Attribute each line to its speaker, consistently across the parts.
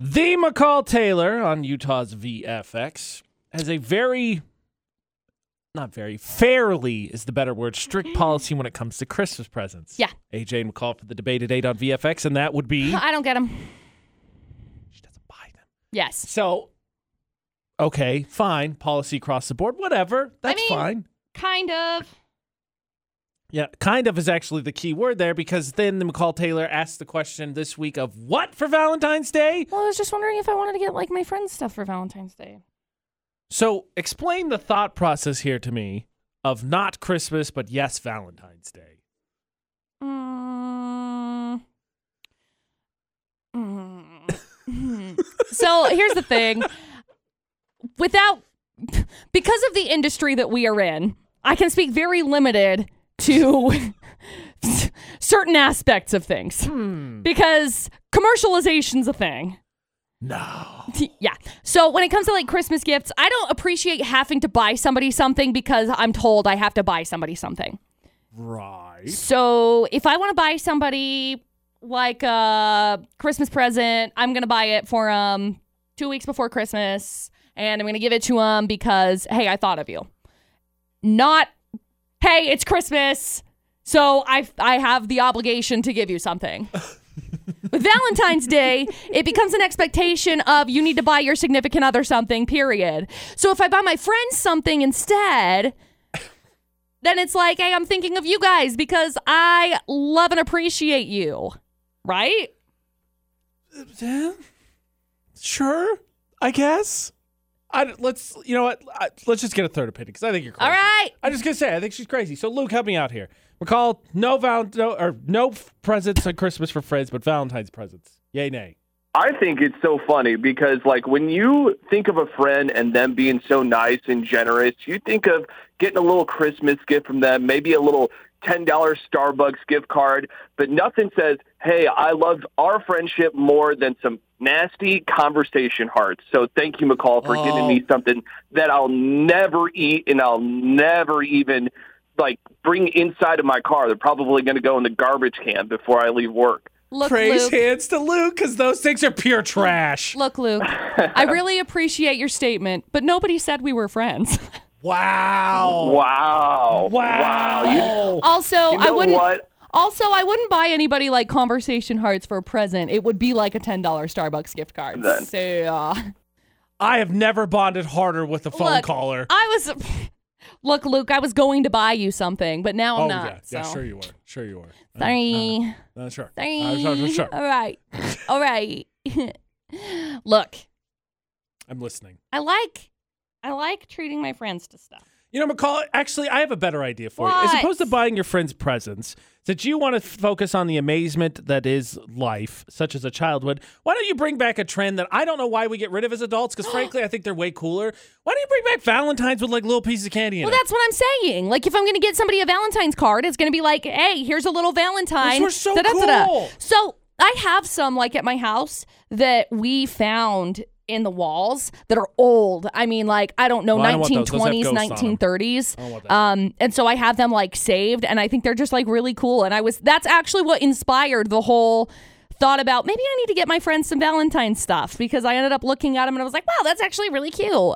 Speaker 1: The McCall Taylor on Utah's VFX has a very, not very, fairly is the better word, strict policy when it comes to Christmas presents.
Speaker 2: Yeah.
Speaker 1: AJ and McCall for the debate at 8 on VFX, and that would be
Speaker 2: I don't get them.
Speaker 1: she doesn't buy them.
Speaker 2: Yes.
Speaker 1: So, okay, fine. Policy across the board, whatever. That's
Speaker 2: mean-
Speaker 1: fine.
Speaker 2: Kind of.
Speaker 1: Yeah, kind of is actually the key word there because then the McCall Taylor asked the question this week of what for Valentine's Day?
Speaker 2: Well, I was just wondering if I wanted to get like my friend's stuff for Valentine's Day.
Speaker 1: So explain the thought process here to me of not Christmas, but yes, Valentine's Day.
Speaker 2: Mm. Mm. so here's the thing. Without, because of the industry that we are in, I can speak very limited to certain aspects of things because commercialization's a thing.
Speaker 1: No.
Speaker 2: T- Yeah. So when it comes to like Christmas gifts, I don't appreciate having to buy somebody something because I'm told I have to buy somebody something.
Speaker 1: Right.
Speaker 2: So if I want to buy somebody like a Christmas present, I'm going to buy it for um 2 weeks before Christmas and I'm going to give it to them because hey, I thought of you. Not hey, it's Christmas. So I I have the obligation to give you something. With Valentine's Day, it becomes an expectation of you need to buy your significant other something, period. So if I buy my friends something instead, then it's like, hey, I'm thinking of you guys because I love and appreciate you. Right?
Speaker 1: Yeah. Sure. I guess. I, let's you know what I, let's just get a third opinion because I think you're crazy.
Speaker 2: All right.
Speaker 1: I'm just gonna say I think she's crazy. So Luke, help me out here. McCall, no val- no or no f- presents on Christmas for friends, but Valentine's presents. Yay, nay.
Speaker 3: I think it's so funny because, like, when you think of a friend and them being so nice and generous, you think of getting a little Christmas gift from them, maybe a little $10 Starbucks gift card, but nothing says, hey, I loved our friendship more than some nasty conversation hearts. So thank you, McCall, for
Speaker 1: Oh.
Speaker 3: giving me something that I'll never eat and I'll never even, like, bring inside of my car. They're probably going to go in the garbage can before I leave work.
Speaker 2: Look,
Speaker 1: Praise
Speaker 2: Luke.
Speaker 1: hands to Luke because those things are pure trash.
Speaker 2: Look, Luke. I really appreciate your statement, but nobody said we were friends.
Speaker 1: Wow.
Speaker 3: Wow.
Speaker 1: Oh. Wow.
Speaker 3: You-
Speaker 2: also,
Speaker 3: You
Speaker 2: I
Speaker 3: know
Speaker 2: wouldn't
Speaker 3: what?
Speaker 2: Also, I wouldn't buy anybody like conversation hearts for a present. It would be like a $10 Starbucks gift card.
Speaker 3: Then.
Speaker 2: So, uh,
Speaker 1: I have never bonded harder with a phone
Speaker 2: Look,
Speaker 1: caller.
Speaker 2: I was Look, Luke, I was going to buy you something, but now I'm
Speaker 1: oh
Speaker 2: not.
Speaker 1: yeah, yeah,
Speaker 2: so.
Speaker 1: sure you were, sure you were. Uh,
Speaker 2: Sorry.
Speaker 1: Uh, uh, sure.
Speaker 2: Sorry.
Speaker 1: Uh, sure, sure, sure.
Speaker 2: All right. All right. Look,
Speaker 1: I'm listening.
Speaker 2: I like I like treating my friends to stuff.
Speaker 1: You know, McCall. Actually, I have a better idea for you. As
Speaker 2: What?
Speaker 1: opposed to buying your friends presents, that you want to focus on the amazement that is life, such as a child would. Why don't you bring back a trend that I don't know why we get rid of as adults? Because frankly, I think they're way cooler. Why don't you bring back Valentines with like little pieces of candy in
Speaker 2: Well,
Speaker 1: it?
Speaker 2: that's what I'm saying. Like, if I'm going to get somebody a Valentine's card, it's going to be like, hey, here's a little Valentine.
Speaker 1: Those were so cool.
Speaker 2: So I have some, like, at my house that we found in the walls that are old. I mean, like, I don't know,
Speaker 1: Well, I don't want those. Those have ghosts on 'em.
Speaker 2: 1920s, 1930s.
Speaker 1: I don't want that.
Speaker 2: Um, and so I have them, like, saved, and I think they're just, like, really cool. And I was, that's actually what inspired the whole thought about maybe I need to get my friends some Valentine stuff because I ended up looking at them and I was like, wow, that's actually really cute.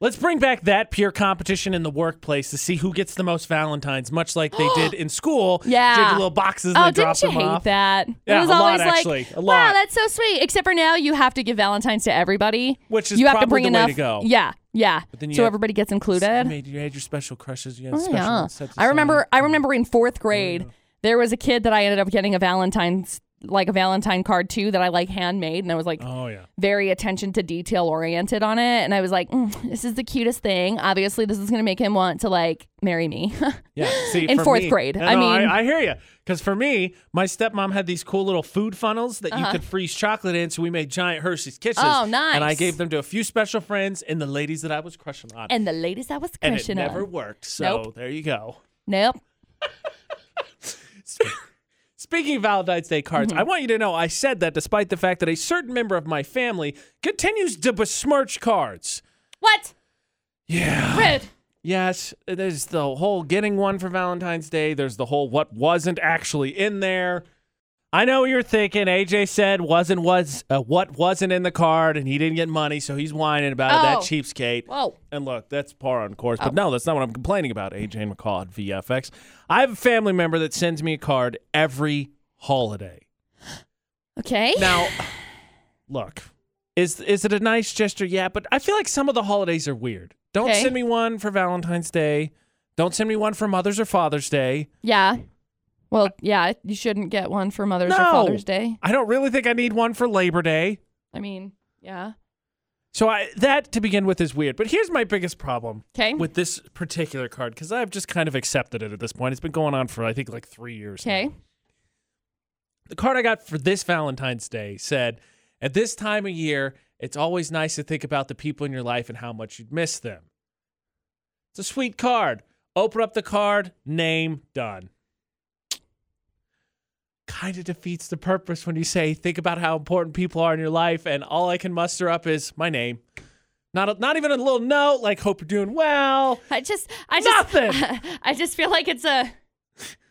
Speaker 1: Let's bring back that peer competition in the workplace to see who gets the most Valentines, much like they did in school.
Speaker 2: Yeah.
Speaker 1: Take the little boxes and
Speaker 2: Oh,
Speaker 1: they drop
Speaker 2: didn't you
Speaker 1: them
Speaker 2: hate
Speaker 1: off.
Speaker 2: that?
Speaker 1: Yeah,
Speaker 2: it was
Speaker 1: a lot,
Speaker 2: always like,
Speaker 1: actually. A
Speaker 2: wow,
Speaker 1: lot.
Speaker 2: that's so sweet. Except for now, you have to give Valentine's to everybody,
Speaker 1: Which is
Speaker 2: you have to
Speaker 1: probably
Speaker 2: bring
Speaker 1: the way
Speaker 2: enough.
Speaker 1: to go.
Speaker 2: Yeah, yeah.
Speaker 1: then you
Speaker 2: so
Speaker 1: have-
Speaker 2: everybody gets
Speaker 1: You,
Speaker 2: included.
Speaker 1: made, you had your special crushes. You had
Speaker 2: Oh,
Speaker 1: special
Speaker 2: yeah.
Speaker 1: sets aside.
Speaker 2: I remember. I remember in fourth grade, there was a kid that I ended up getting a Valentine's like a Valentine card too that I like handmade, and I was like.
Speaker 1: Oh yeah.
Speaker 2: Very attention to detail oriented on it. And I was like, "Mm, this is the cutest thing. Obviously, this is going to make him want to like marry me.
Speaker 1: Yeah. See,
Speaker 2: In
Speaker 1: for
Speaker 2: fourth
Speaker 1: me-
Speaker 2: grade.
Speaker 1: No,
Speaker 2: I
Speaker 1: no,
Speaker 2: mean-
Speaker 1: I, hear you. Because for me, my stepmom had these cool little food funnels that you could freeze chocolate in. So we made giant Hershey's Kisses.
Speaker 2: Uh-huh. Oh,
Speaker 1: And I
Speaker 2: nice.
Speaker 1: gave them to a few special friends and the ladies that I was crushing on.
Speaker 2: and the ladies I was
Speaker 1: And it
Speaker 2: crushing
Speaker 1: never
Speaker 2: on.
Speaker 1: worked. So
Speaker 2: Nope.
Speaker 1: there you go.
Speaker 2: Nope.
Speaker 1: Speaking of Valentine's Day cards, I want you to know I said that despite the fact that a certain member of my family continues to besmirch cards.
Speaker 2: What?
Speaker 1: Yeah.
Speaker 2: Rude.
Speaker 1: Yes, there's the whole getting one for Valentine's Day. There's the whole what wasn't actually in there. I know what you're thinking. AJ said wasn't was uh, what wasn't in the card, and he didn't get money, so he's whining about
Speaker 2: Oh.
Speaker 1: it. That cheapskate.
Speaker 2: Whoa.
Speaker 1: And look, that's par on course.
Speaker 2: Oh.
Speaker 1: But no, that's not what I'm complaining about, AJ McCall at VFX. I have a family member that sends me a card every holiday.
Speaker 2: Okay.
Speaker 1: Now, look, is is it a nice gesture? Yeah, but I feel like some of the holidays are weird. Don't
Speaker 2: Okay.
Speaker 1: send me one for Valentine's Day. Don't send me one for Mother's or Father's Day.
Speaker 2: Yeah. Well, yeah, you shouldn't get one for Mother's or
Speaker 1: No.
Speaker 2: Father's Day.
Speaker 1: I don't really think I need one for Labor Day.
Speaker 2: I mean, yeah.
Speaker 1: So I, that to begin with is weird. But here's my biggest problem
Speaker 2: Okay.
Speaker 1: with this particular card because I've just kind of accepted it at this point. It's been going on for I think like three years. now.
Speaker 2: Okay.
Speaker 1: The card I got for this Valentine's Day said, "At this time of year, it's always nice to think about the people in your life and how much you'd miss them." It's a sweet card. Open up the card, name done. Kind of defeats the purpose when you say, "Think about how important people are in your life," and all I can muster up is my name. Not a, not even a little note like "Hope you're doing well."
Speaker 2: I just, I just,
Speaker 1: Nothing.
Speaker 2: I just feel like it's a.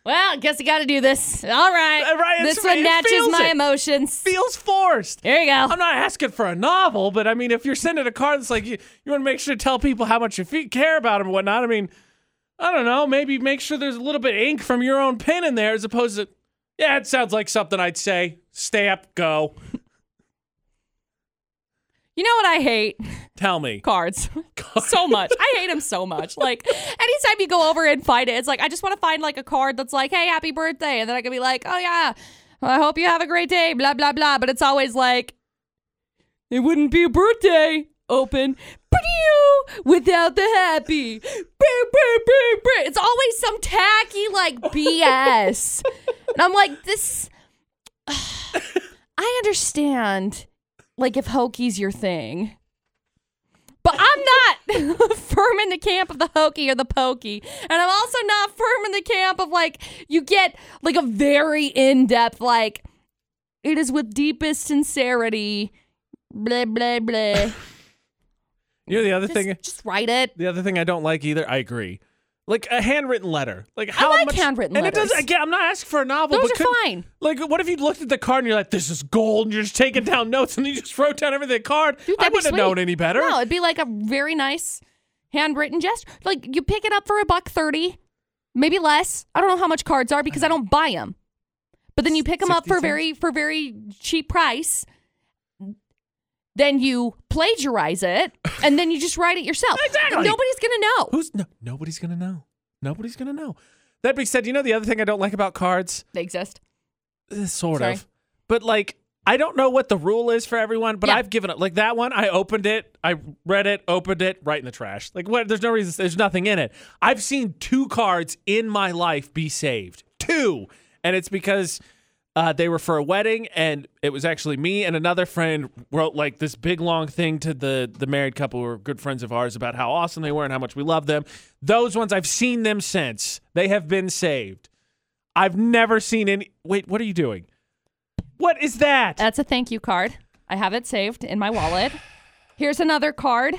Speaker 2: Well, I guess I got to do this. All right.
Speaker 1: Uh, right,
Speaker 2: This
Speaker 1: it's-
Speaker 2: one
Speaker 1: it
Speaker 2: matches
Speaker 1: feels
Speaker 2: my
Speaker 1: it.
Speaker 2: emotions.
Speaker 1: Feels forced.
Speaker 2: Here you go.
Speaker 1: I'm not asking for a novel, but I mean, if you're sending a card that's like you, you want to make sure to tell people how much you fe- care about them and whatnot. I mean, I don't know. Maybe make sure there's a little bit of ink from your own pen in there, as opposed to, yeah, it sounds like something I'd say. Stay up, go.
Speaker 2: You know what I hate?
Speaker 1: Tell me.
Speaker 2: Cards. so much. I hate them so much. Like anytime you go over and find it, it's like I just want to find like a card that's like, "Hey, happy birthday," and then I can be like, "Oh yeah, I hope you have a great day." Blah blah blah. But it's always like, it wouldn't be a birthday open pew, without the happy. Brr, brr, brr, brr. It's always some tacky like BS, and I'm like, this. I understand, like if hokey's your thing. But I'm not firm in the camp of the hokey or the pokey. And I'm also not firm in the camp of like, you get like a very in depth, like, it is with deepest sincerity, blah, blah, blah.
Speaker 1: You know the other thing.
Speaker 2: just, just write it.
Speaker 1: The other thing I don't like either. I agree. Like a handwritten letter. Like how
Speaker 2: like
Speaker 1: much
Speaker 2: handwritten
Speaker 1: and it doesn't.
Speaker 2: letters.
Speaker 1: Again, I'm not asking for a novel.
Speaker 2: Those
Speaker 1: but
Speaker 2: are
Speaker 1: couldn't-
Speaker 2: fine.
Speaker 1: Like, what if you looked at the card and you're like, "This is gold," and you're just taking down notes and you just wrote down everything on the card? I
Speaker 2: that'd be
Speaker 1: wouldn't have
Speaker 2: sweet.
Speaker 1: known any better.
Speaker 2: No, it'd be like a very nice handwritten gesture. Like, you pick it up for a buck 30, maybe less. I don't know how much cards are because I don't buy them. But then you pick them up
Speaker 1: 60
Speaker 2: for
Speaker 1: cents?
Speaker 2: very for very cheap price. Then you plagiarize it, and then you just write it yourself.
Speaker 1: Exactly.
Speaker 2: Nobody's gonna know.
Speaker 1: Who's no, nobody's gonna know. Nobody's gonna know. That being said, you know the other thing I don't like about cards,
Speaker 2: They exist.
Speaker 1: Eh, sort
Speaker 2: Sorry.
Speaker 1: of, but like I don't know what the rule is for everyone. But
Speaker 2: Yeah.
Speaker 1: I've given up. Like that one, I opened it, I read it, opened it, right in the trash. Like what? There's no reason. There's nothing in it. I've seen two cards in my life be saved. Two, and it's because. Uh, they were for a wedding, and it was actually me and another friend wrote like this big long thing to the the married couple who were good friends of ours about how awesome they were and how much we love them. Those ones I've seen them since they have been saved. I've never seen any. Wait, what are you doing? What is that?
Speaker 2: That's a thank you card. I have it saved in my wallet. Here's another card.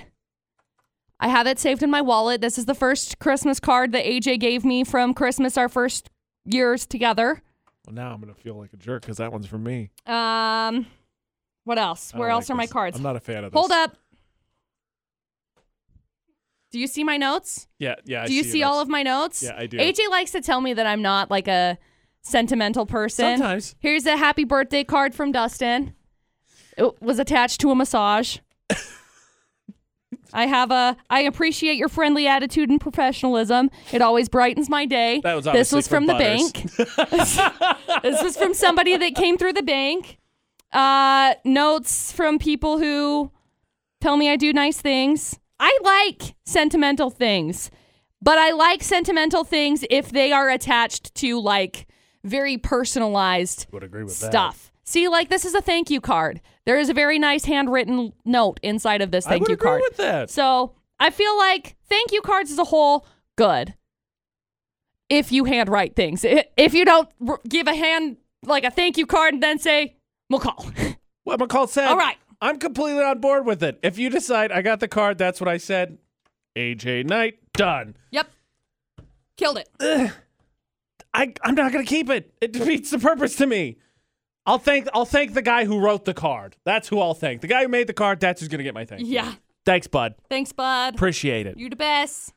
Speaker 2: I have it saved in my wallet. This is the first Christmas card that AJ gave me from Christmas, our first years together.
Speaker 1: well, now I'm gonna feel like a jerk because that one's for me.
Speaker 2: Um, what else?
Speaker 1: I
Speaker 2: Where
Speaker 1: don't
Speaker 2: else
Speaker 1: like
Speaker 2: are my
Speaker 1: this.
Speaker 2: cards?
Speaker 1: I'm not a fan of this.
Speaker 2: Hold up. Do you see my notes?
Speaker 1: Yeah, yeah. I
Speaker 2: do you see, all
Speaker 1: that's-
Speaker 2: of my notes?
Speaker 1: Yeah, I do.
Speaker 2: AJ likes to tell me that I'm not like a sentimental person.
Speaker 1: Sometimes.
Speaker 2: Here's a happy birthday card from Dustin. It was attached to a massage. I have a. I appreciate your friendly attitude and professionalism. It always brightens my day.
Speaker 1: That was
Speaker 2: this
Speaker 1: obviously
Speaker 2: was from,
Speaker 1: from
Speaker 2: the
Speaker 1: Butters.
Speaker 2: bank. this was from somebody that came through the bank. Uh, notes from people who tell me I do nice things. I like sentimental things, but I like sentimental things if they are attached to like very personalized
Speaker 1: Would agree with
Speaker 2: stuff. See, like this is a thank you card. There is a very nice handwritten note inside of this
Speaker 1: I
Speaker 2: thank
Speaker 1: would
Speaker 2: you
Speaker 1: agree
Speaker 2: card.
Speaker 1: with that.
Speaker 2: So I feel like thank you cards as a whole, good. If you handwrite things, I- if you don't r- give a hand like a thank you card and then say McCall,
Speaker 1: What McCall said.
Speaker 2: All right.
Speaker 1: I'm completely on board with it. If you decide I got the card, that's what I said. AJ Knight, done.
Speaker 2: yep, killed it.
Speaker 1: I, I'm not going to keep it. It defeats the purpose to me. I'll thank I'll thank the guy who wrote the card. That's who I'll thank. The guy who made the card. That's who's gonna get my thank. you.
Speaker 2: Yeah.
Speaker 1: Thanks, bud.
Speaker 2: Thanks, bud.
Speaker 1: Appreciate it.
Speaker 2: You the best.